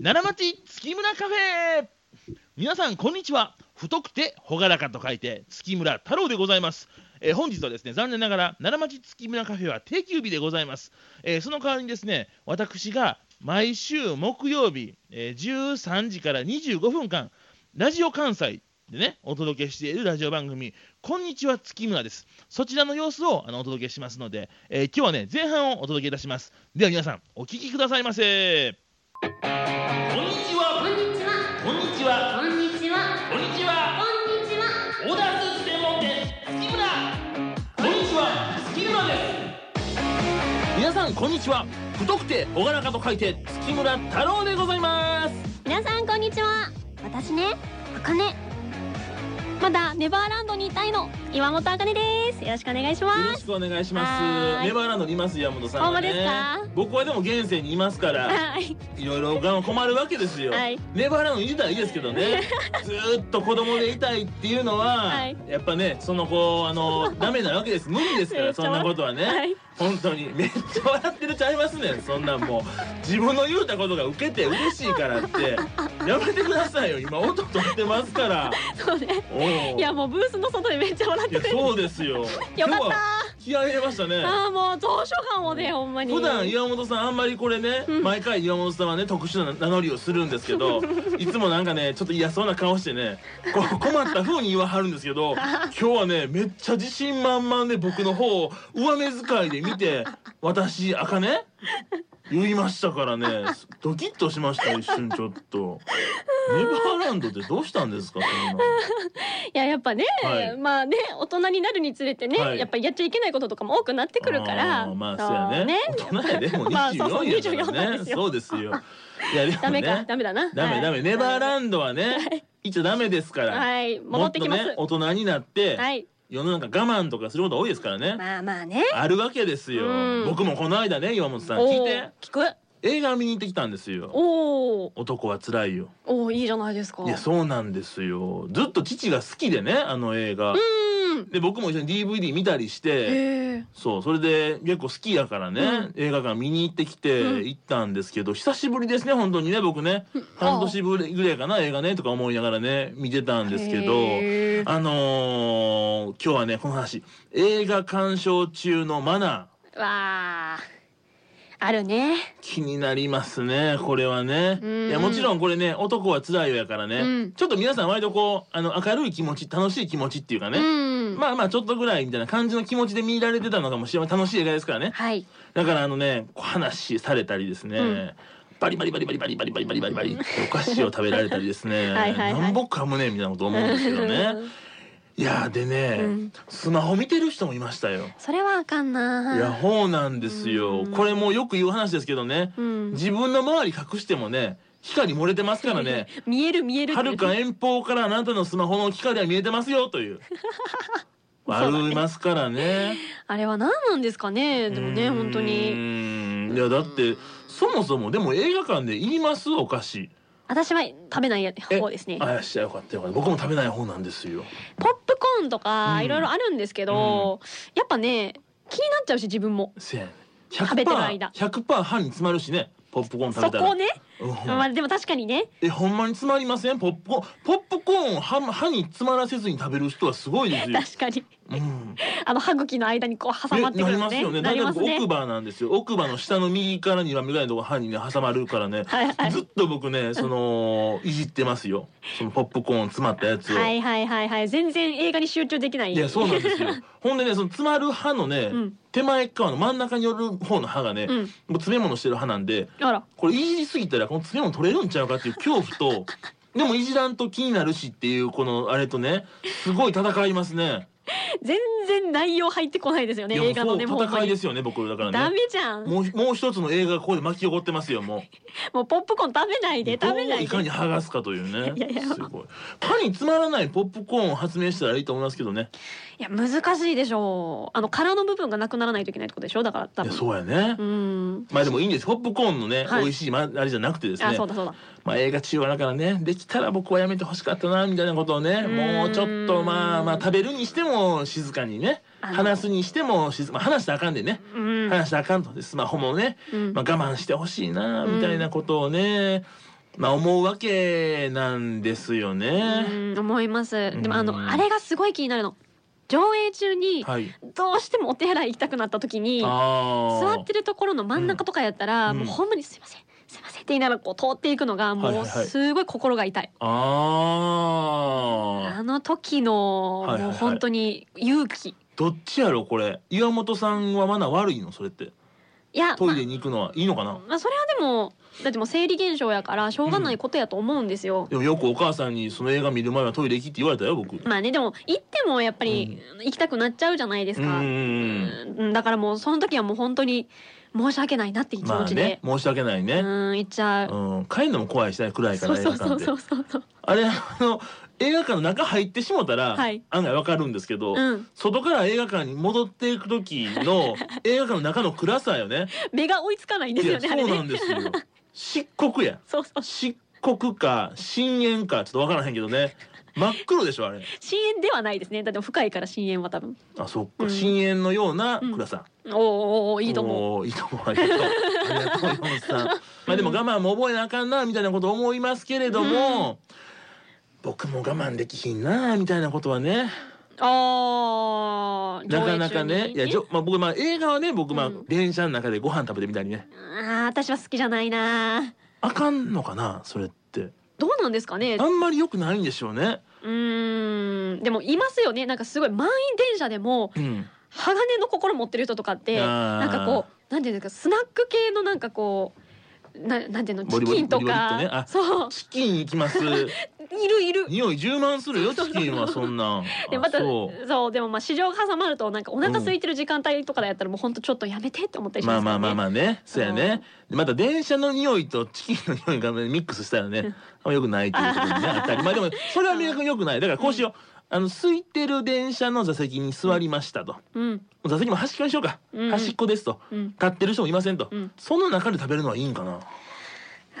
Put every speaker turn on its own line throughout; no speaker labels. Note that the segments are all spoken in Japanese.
奈良町月村カフェ皆さんこんにちは太くて朗らかと書いて月村太郎でございます、えー本日はですね残念ながら奈良町月村カフェは定休日でございます、えーその代わりにですね私が毎週木曜日、えー13時から25分間ラジオ関西でねお届けしているラジオ番組「こんにちは月村」ですそちらの様子をあのお届けしますので、えー今日はね前半をお届けいたしますでは皆さんお聞きくださいませこんにち
こん
は
にちは。
こんにちは
こんにちは。
こんにちは
こんにちは。
オーダースーツ専門店月村こんにちは月村です皆さんこんにちは太くて朗らかと書いて月村太郎でございます
皆さんこんにちは。私ね、あかね。まだネバーランドにいたいの岩本あかねです。よろしくお願いしま
よろ
す。
しくお願いしま
は
す
ーい
ネバーランドにいます山本さんはね
ほんまですか
僕はでも現世にいますから
はい。
いろいろ我慢困るわけですよ、
はい
ネバーランドにいたらいいですけど ねずーっと子供でいたいっていうのは、
はい
やっぱねその子あのダメなわけです無理ですか
め
ら
っちゃ
そんなことはね、
はい
本当にめっちゃ笑ってるちゃいますねんそんなんもう自分の言うたことが受けて嬉しいからってやめてくださいよ今音取ってますから
そうね。
おう
いやもうブースの外でめっちゃ笑っ
い
て
や
て。
そうですよ
よか
今日
っ
は
た。
気合い入れましたね
ああもう図書館をねほんまに。
普段岩本さんあんまりこれね、
うん
毎回岩本さんはね特殊な名乗りをするんですけ どいつもなんかねちょっと嫌そうな顔してねこう困った風に言わはるんですけ ど今日はねめっちゃ自信満々で僕の方を上目遣いで見て「私あかね?」言いましたからねドキッとしました一瞬ちょっと。ネバーランドってどうしたんですかそんな。
いややっぱね、
はい
まあね大人になるにつれてね、
はい
やっぱりやっちゃいけないこととかも多くなってくるから。
あーまあそうやね。大人やでもう
まあそうそう
24やか
24な
ら
んで
ね。
すよ
そうですよ。いやでもね。
ダメかダメだな。
ダメダメ、ネバーラ
ン
ンドはね、一応ダメですから。
はい
も
戻
っ
って
と
きます。
ね、大人になって、
はい。
世の中我慢とかすること多いですからね。
まあまあね。
あるわけですよ、
うん
僕もこの間ね、岩本さん
お
聞い
お
て
ー、聞く。
映画見に行ってきたんですよ。
おお、
男は辛いよ。
おお、いいじゃないですか。
いや、そうなんですよ。ずっと父が好きでね、あの映画。
うん。
で、僕も一緒に DVD 見たりし
へ
て、
え。
そう、それで結構好きやからね、
うん
映画館見に行ってきて
うん
行ったんですけど、久しぶりですね、本当にね、僕ね。半年ぶりぐらいかな映画ねとか思いながらね見てたんですけど
へー
あのー、今日はねこの話映画鑑賞中のマナ
わあ。ある
ー
ね。
気になりますねこれはね
うん
いやもちろんこれね男は辛いよやからね、
うん
ちょっと皆さん割とこうあの明るい気持ち楽しい気持ちっていうか
う
ね、
ん。
まあまあちょっとぐらいみたいな感じの気持ちで見られてたのかもしれない楽しい映画ですからね
はい。
だからあのねこう話されたりですね、
うん
バリバリバリバリバリバリバリバリバリバリってお菓子を食べられたりですね
はいはいはい
なんぼかむねみたいなこと思うんですけどねいやーでね、
うん
スマホ見てる人もいましたよ
それはあかんな。
いやほうなんですよ
うん
これもうよく言う話ですけどね
うん。
自分の周り隠してもね光漏れてますからね
見える見えるって。
はるか遠方からあなたのスマホの光が見えてますよと いうありますからね
あれは何なんですかね。でもね、
うーん
本当に。
いやだってそもそもでも映画館で言いますお菓子
私は食べない方ですね。
あやしよかったよかった僕も食べない方なんですよ
ポップコーンと
う
か
ん
いろいろあるんですけど、やっぱね、気になっちゃうし自分も。
せやね
食べてる間
100%, 100歯に詰まるしねポップコーン食
そ
べたら
こね。
うん
まあでも確かにね。
えほんまに詰まりませんポップコーンポップコーンを歯歯に詰まらせずに食べる人はすごいですよ、
確かに。
うん、
あの歯茎の間にこう挟
え
まってく
な
る
り
の
ます
ね。
よね
な
だい
り
た
ま
い
す
僕
ね。
奥歯なんですよ奥歯の下の右から2番目ぐらいのとこ歯にね挟まるからね
はいはい
ずっと僕ねそのいじってますよそのポップコーン詰まったやつを、
はいはいはいはい。全然映画に集中できない。
いやそうなん ですよほんでねその詰まる歯のね、
うん
手前側の真ん中に寄る方の歯がね、
うん
もう詰め物してる歯なんで
あら。
これいじりすぎたらこの詰め物取れるんちゃうかっていう恐怖 とでもいじらんと気になるしっていうこのあれとねすごい戦いますね。
全然内容入ってこないですよね。
いやもう
映画のね
そう
もうほんま
戦い
に
ですよね僕だから
ダ
ね。
メじゃん。
もうもう一つの映画がここで巻き起こってますよもう。
もうポップコーン食べないで食べな
どう
い
いかに
で。
剥がすかというね。
いやいや
すごい。歯に詰まらないポップコーンを発明したらいいと思いますけどね。
いや難しいでしょう。あの殻の部分がなくならないといけないってことでしょ。だから多
いや
分。
そうやね。
うん。
まあでもいいんです。ポップコーンのね、
はい
美味しい、ま、あれじゃなくてです
あ
ね
そう。だそうだ。
まあ映画中はだからね、できたら僕はやめてほしかったな、みたいなことをね、
うん
もうちょっとまあまあ食べるにしても静かにね、
あの
話すにしても静まあ話したらあかんでね、
うん。
話したらあかんとで、スマホもね、
うん
まあ我慢してほしいな、
うん
みたいなことをね、まあ思うわけなんですよね。
うん思いますでもあ
うん
のあれがすごい気になるの上映中に
はい。
どうしてもお手洗い行きたくなった時に
ああ。
座ってるところの真ん中とかやったら、
うん
もうほんまにすいませんすいませんって言いながらこう通っていくの
は
が
い
も
は
う
いはい
すごい心が痛い、
ああ。
あの時の
はいはい
も
は
う
い
本当に勇気、い
どっちやろこれ。岩本さんはマナー悪いのそれって。
や
トイレに行くのはいいのかな
ま。あ、まあそれはでもだってもう生理現象やからしょうがないことやと思うんですよ、
でもよくお母さんにその映画見る前はトイレ行きって言われたよ僕。うん
まあねでも行ってもやっぱり行きたくなっちゃうじゃないです
うん
か、
うん。
うんだからもうその時はもう本当に申し訳ないなっていう気
ま
持
あ
ち
ね
で、
申し訳ないね。
うん行っちゃう、
うん、帰るのも怖いしね、暗いか
そう
ら映画
そ
館
うそう
で
そ。うそうそう
あれ、あの、映画館の中入ってしもたら、
はい
案外わかるんですけど、
うん
外から映画館に戻っていく時 の映画館の中の暗さよね。
目が追いつかないんですよね
いや
あれ
そうなん
ね
ですよ。漆黒や。
そうそう
漆黒か、深淵か、ちょっとわからへんけどね。真っ黒でしょ、あれ。
深淵ではないですねだって深いから深淵は多分
あ、そっか、
うん
深淵のような暗さ。
おーおーおーいいと思う
おーいいと思う。ありがとう。ありがとう、山本 さん。まあでも我慢も覚えなあかんな、みたいなこと思いますけれども、僕も我慢できひんな、みたいなことはね、
あー
なかなかね、いや、じょまあ僕、まあ映画はね、僕、まあ
うん
電車の中でご飯食べてみたりね、
あー私は好きじゃないな
あかんのかな、それって。
どうなんですかね
あんまり良くないんでしょうね。
うーんでもいますよねなんかすごい満員電車でも
うん。
鋼の心持ってる人とかって
あー
なんかこうなんていうんですかスナック系のなんかこうななんていうの
ボ
チ
リボリ
キンと
ボリボリっと
か
ねあ
そう
チキン行き ます。
いるいる
匂い充満するよ、チキンはそんなん。
で
あ
また
そ
そうでもまあ市場が挟まるとなんかお腹空いてる時間帯とかだったらもうほんとちょっとやめてって思ったりし
ま
ま
すあ
よね、
まあまあまあね、そうやね。また電車の匂いとチキンの匂いがミックスしたらね、あんま良くないということにね、 あったり。まあでも、それは明確に良くない。だからこうしよう。あの、空いてる電車の座席に座りましたと。
うん
座席も端っこにしようか。
うん
端っこですと。
うん
買ってる人もいませんと
うん。
その中で食べるのはいいんかな。
あ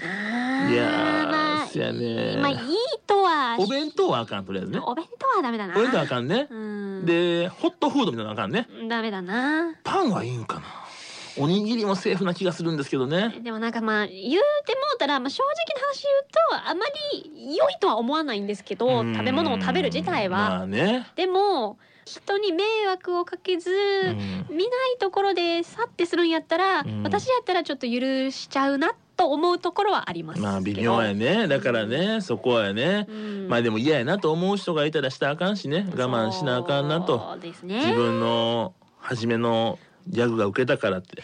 ーなー
いや
ま
ー、
あ
そうや
まあいい
ね。
とは
お弁当はあかん、とりあえずね。
お弁当はダメだな
お弁当はあかんね。
うん
で、ホットフードみたいなのあかんね。
ダメだな
パンはいいんかな。おにぎりもセーフな気がするんですけどね。
でもなんかまあ言うてもうたら、まあ、正直な話言うとあまり良いとは思わないんですけど
うん
食べ物を食べる自体は、
まあね。
でも人に迷惑をかけず、
うん
見ないところで去ってするんやったら、
うん
私やったらちょっと許しちゃうなと思うところはありますけど
まあ微妙やね。だからね、そこはね
う。ん
まあでも嫌やなと思う人がいたらしたらあかんしね。我慢しなあかんなと。
そうです
自
ね
分の初めのギャグが受けたからって。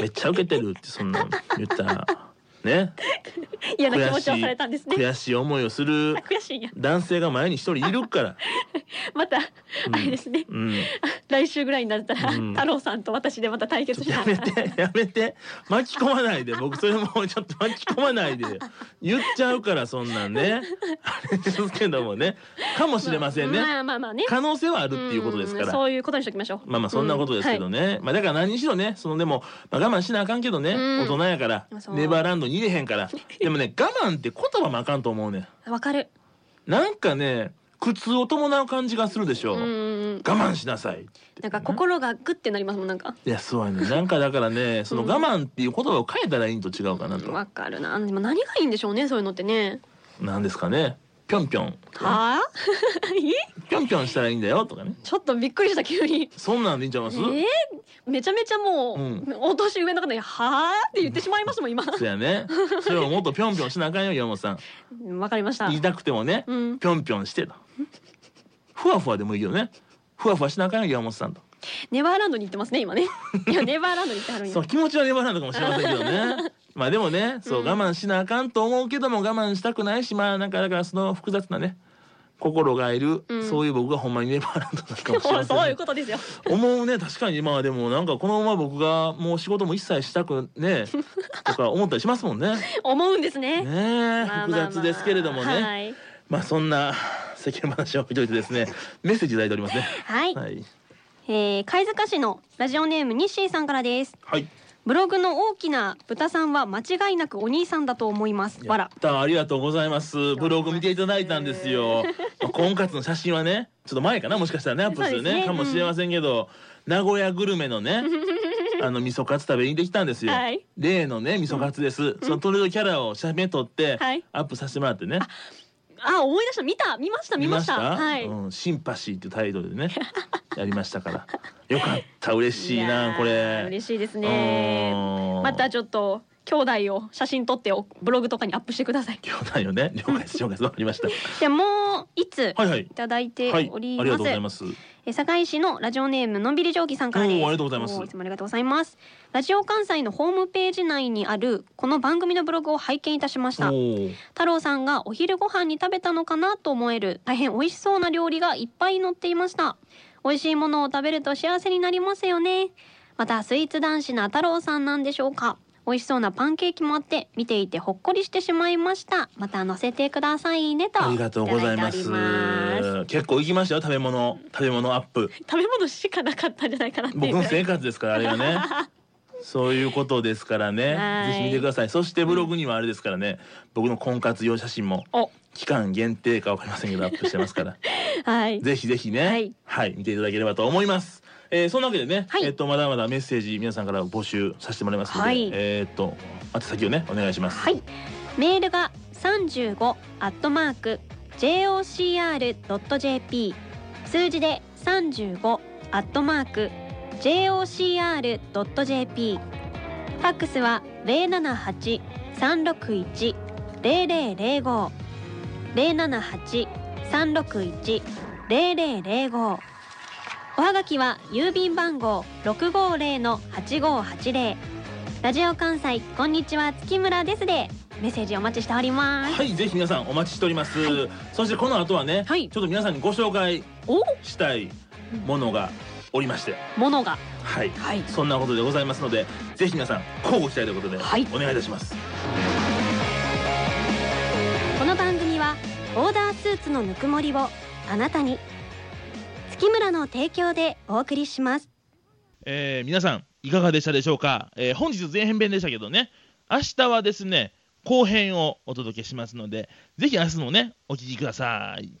めっちゃ受けてるってそんなん言ったら。ね。
嫌な気
悔
持
し
ち
い
をされたんですね
悔しい思いをする
あ悔しいんや
男性が前に一人いるから。
また、
うん
あれですね
うん。
来週ぐらいになったら、
うん
太郎さんと私でまた対決しな
や
が
め
ら
てやめて巻き込ま ないで僕それもうちょっと巻き込まないで言っちゃうからそんなんねあれですけどもねかもしれませんね
まあまあまあね
可能性はあるっていうことですか
うん
ら
そういうことにしときましょう。
まあまあそんなことですけどね、まあだから何にしろねそのでも、まあ、我慢しなあかんけどね、
うん
大人やから
そう
ネバーランドに入れへん からでもね我慢って言葉もあかんと思うねん
うんわ、かる。
なんかね苦痛を伴う感じがするでしょ
う
我
ん。
慢しなさい
なんか心がグってなりますもんなんか。
いやそうやねなんかだからねその
うん
我慢っていう言葉を変えたらいいんと違うかなと、
わかるな。でも何がいいんでしょうねそういうのってね。
なんですかねぴょんぴょん
はあ？ え
ぴょんぴょんしたらいいんだよとかね
ちょっとびっくりした急に。
そんなんでいいんちゃい
え
ます、
ー、めちゃめちゃもう、
うん
お年上の方に「はあ?」って言ってしまいましたもん今
そうやねそれをもっとぴょんぴょんしなあかんよ山本さん
うん わかりました
言いたくてもね
うん
ぴょんぴょんしてとふわふわでもいいよねふわふわしなあかんよ山本さんと
ネバーランドに行ってますね 今ねいやネバーランドに行ってはるんや
そう気持ちは粘らないのかもしれませんけどね まあでもねそう
うん
我慢しなあかんと思うけども我慢したくないしまあなんかだからその複雑なね心がいる、
うん
そういう僕がほんまにネバーランドなのかもしれ
そ
ませ
う
ん
そうい
ね
うことですよ
思うね確かに今はでもなんかこのまま僕がもう仕事も一切したく ねとか思ったりしますもんね。
思うんですね
ねえ
まあ
複
まあまあ
雑ですけれども
は
ね
い、
まあそんな世間話を置いといてですねメッセージいただいておりますね。
はい
はい
えー貝塚市のラジオネームニッシーさんからです
はい
ブログの大きな豚さんは間違いなくお兄さんだと思います。わら。
たありがとうございます。ブログ見ていただいたんですよ。まあ婚活の写真はね、ちょっと前かな、もしかしたらね、アップする
そうです
ね、
ね
かもしれませんけど、名古屋グルメのね、あの味噌カツ食べに行ってきたんですよ、
はい
例のね味噌カツです、そのトレードキャラを写メ撮って、
はい
アップさせてもらってね
あ思い出した見た見ました見ましたはい、
うん、シンパシーっていうタイトル でねやりましたからよかった嬉しい
や
な
ー
これ
嬉しいですね
うん
またちょっと兄弟を写真撮っておブログとかにアップしてください
今日だよね了解です了解ですわかりました
でもう一つ
はいはい
いただいて
はい
お
あ
り
り
ま
がとうご
す,、
ざいます
え堺市のラジオネームのんびり蒸気さんからです
おーありがとうございます
おーいつもありがとうございますラジオ関西のホームページ内にあるこの番組のブログを拝見いたしまし
お
た
ー
太郎さんがお昼ご飯に食べたのかなと思える大変美味しそうな料理がいっぱい載っていました美味しいものを食べると幸せになりますよねまたスイーツ男子な太郎さんなんでしょうか美味しそうなパンケーキもあって見ていてほっこりしてしまいましたまた載せてくださいねと
ありがとうございます
ただております
結構行きましたよ食べ物食べ物アッ プ
食べ物しかなかったんじゃないかなっていう
僕の生活ですからあれが ねそういうことですから
は
ね
い
ぜひ見てくださいそしてブログにはあれですからね僕の婚活用写真も
お
期間限定かわかりませんけどアップしてます から
はい
ぜひぜひね
は
はいい、見ていただければと思いますえー、そんなわけでね、
はい
えっとまだまだメッセージ皆さんから募集させてもらいますので、
はい
えっと宛先をねお願いします
はいメールが35アットマーク jocr.jp 数字で35アットマーク jocr.jp ファックスは078-361-0005 078-361-0005おはがきは郵便番号650-8580ラジオ関西こんにちは月村ですでメッセージお待ちしております
はい、ぜひ皆さんお待ちしております。そしてこの後はね、
はい
ちょっと皆さんにご紹介
お
したいものがおりまして、
ものが
はい、
はい
そんなことでございますので、ぜひ皆さん交互期待ということで、
はい
お願いいたします。
この番組はオーダースーツのぬくもりをあなたに月村の提供でお送りします
えー皆さんいかがでしたでしょうか、えー本日前編弁でしたけどね明日はですね後編をお届けしますのでぜひ明日もねお聞きください